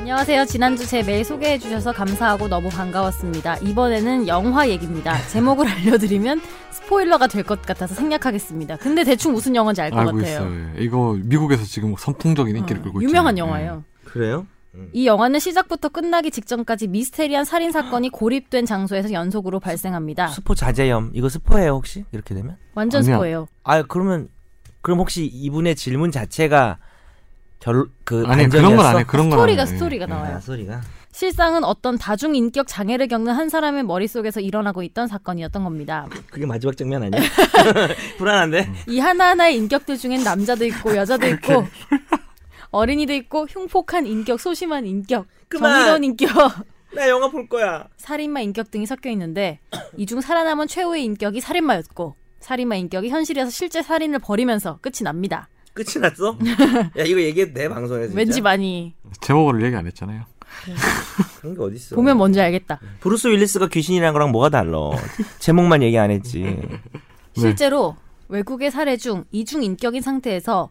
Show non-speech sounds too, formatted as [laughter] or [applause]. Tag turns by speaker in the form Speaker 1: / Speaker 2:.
Speaker 1: 안녕하세요. 지난주 제 메일 소개해 주셔서 감사하고 너무 반가웠습니다. 이번에는 영화 얘기입니다. 제목을 [laughs] 알려드리면 스포일러가 될 것 같아서 생략하겠습니다. 근데 대충 무슨 영화인지 알 것
Speaker 2: 알고
Speaker 1: 같아요.
Speaker 2: 있어요. 예. 이거 미국에서 지금 선풍적인 인기를
Speaker 1: 어,
Speaker 2: 끌고 있죠.
Speaker 1: 유명한 영화예요.
Speaker 3: 그래요?
Speaker 1: 이 영화는 시작부터 끝나기 직전까지 미스테리한 살인 사건이 고립된 장소에서 연속으로 발생합니다.
Speaker 3: 아. 스포 자제염 이거 스포예요 혹시 이렇게 되면?
Speaker 1: 완전
Speaker 2: 아니야.
Speaker 1: 스포예요.
Speaker 3: 아 그러면 그럼 혹시 이분의 질문 자체가 결그 아,
Speaker 2: 아니 그런 건 안 해. 그런 건
Speaker 1: 스토리가
Speaker 2: 안 해.
Speaker 1: 스토리가
Speaker 2: 예.
Speaker 1: 나와요.
Speaker 3: 소리가
Speaker 1: 실상은 어떤 다중 인격 장애를 겪는 한 사람의 머릿속에서 일어나고 있던 사건이었던 겁니다.
Speaker 3: 그게 마지막 장면 [laughs] 아니야? 불안한데?
Speaker 2: 음.
Speaker 1: 이 하나하나의 인격들 중엔 남자도 있고 여자도 있고 어린이도 있고 흉폭한 인격, 소심한 인격,
Speaker 3: 그만!
Speaker 1: 정의로운 인격, [laughs]
Speaker 3: 나 영화 볼 거야.
Speaker 1: 살인마 인격 등이 섞여 있는데 이 중 살아남은 최후의 인격이 살인마였고 살인마 인격이 현실에서 실제 살인을 벌이면서 끝이 납니다.
Speaker 3: 끝이 났어? 야 이거 얘기해도 돼 방송에서 아, 진짜?
Speaker 1: 왠지 많이
Speaker 2: 제목을 얘기 안 했잖아요.
Speaker 3: 그런 게 어딨어?
Speaker 1: 보면 뭔지 알겠다.
Speaker 3: 브루스 윌리스가 귀신이라는 거랑 뭐가 달라? 제목만 얘기 안 했지.
Speaker 2: 네.
Speaker 1: 실제로 외국의 사례 중 이중 인격인 상태에서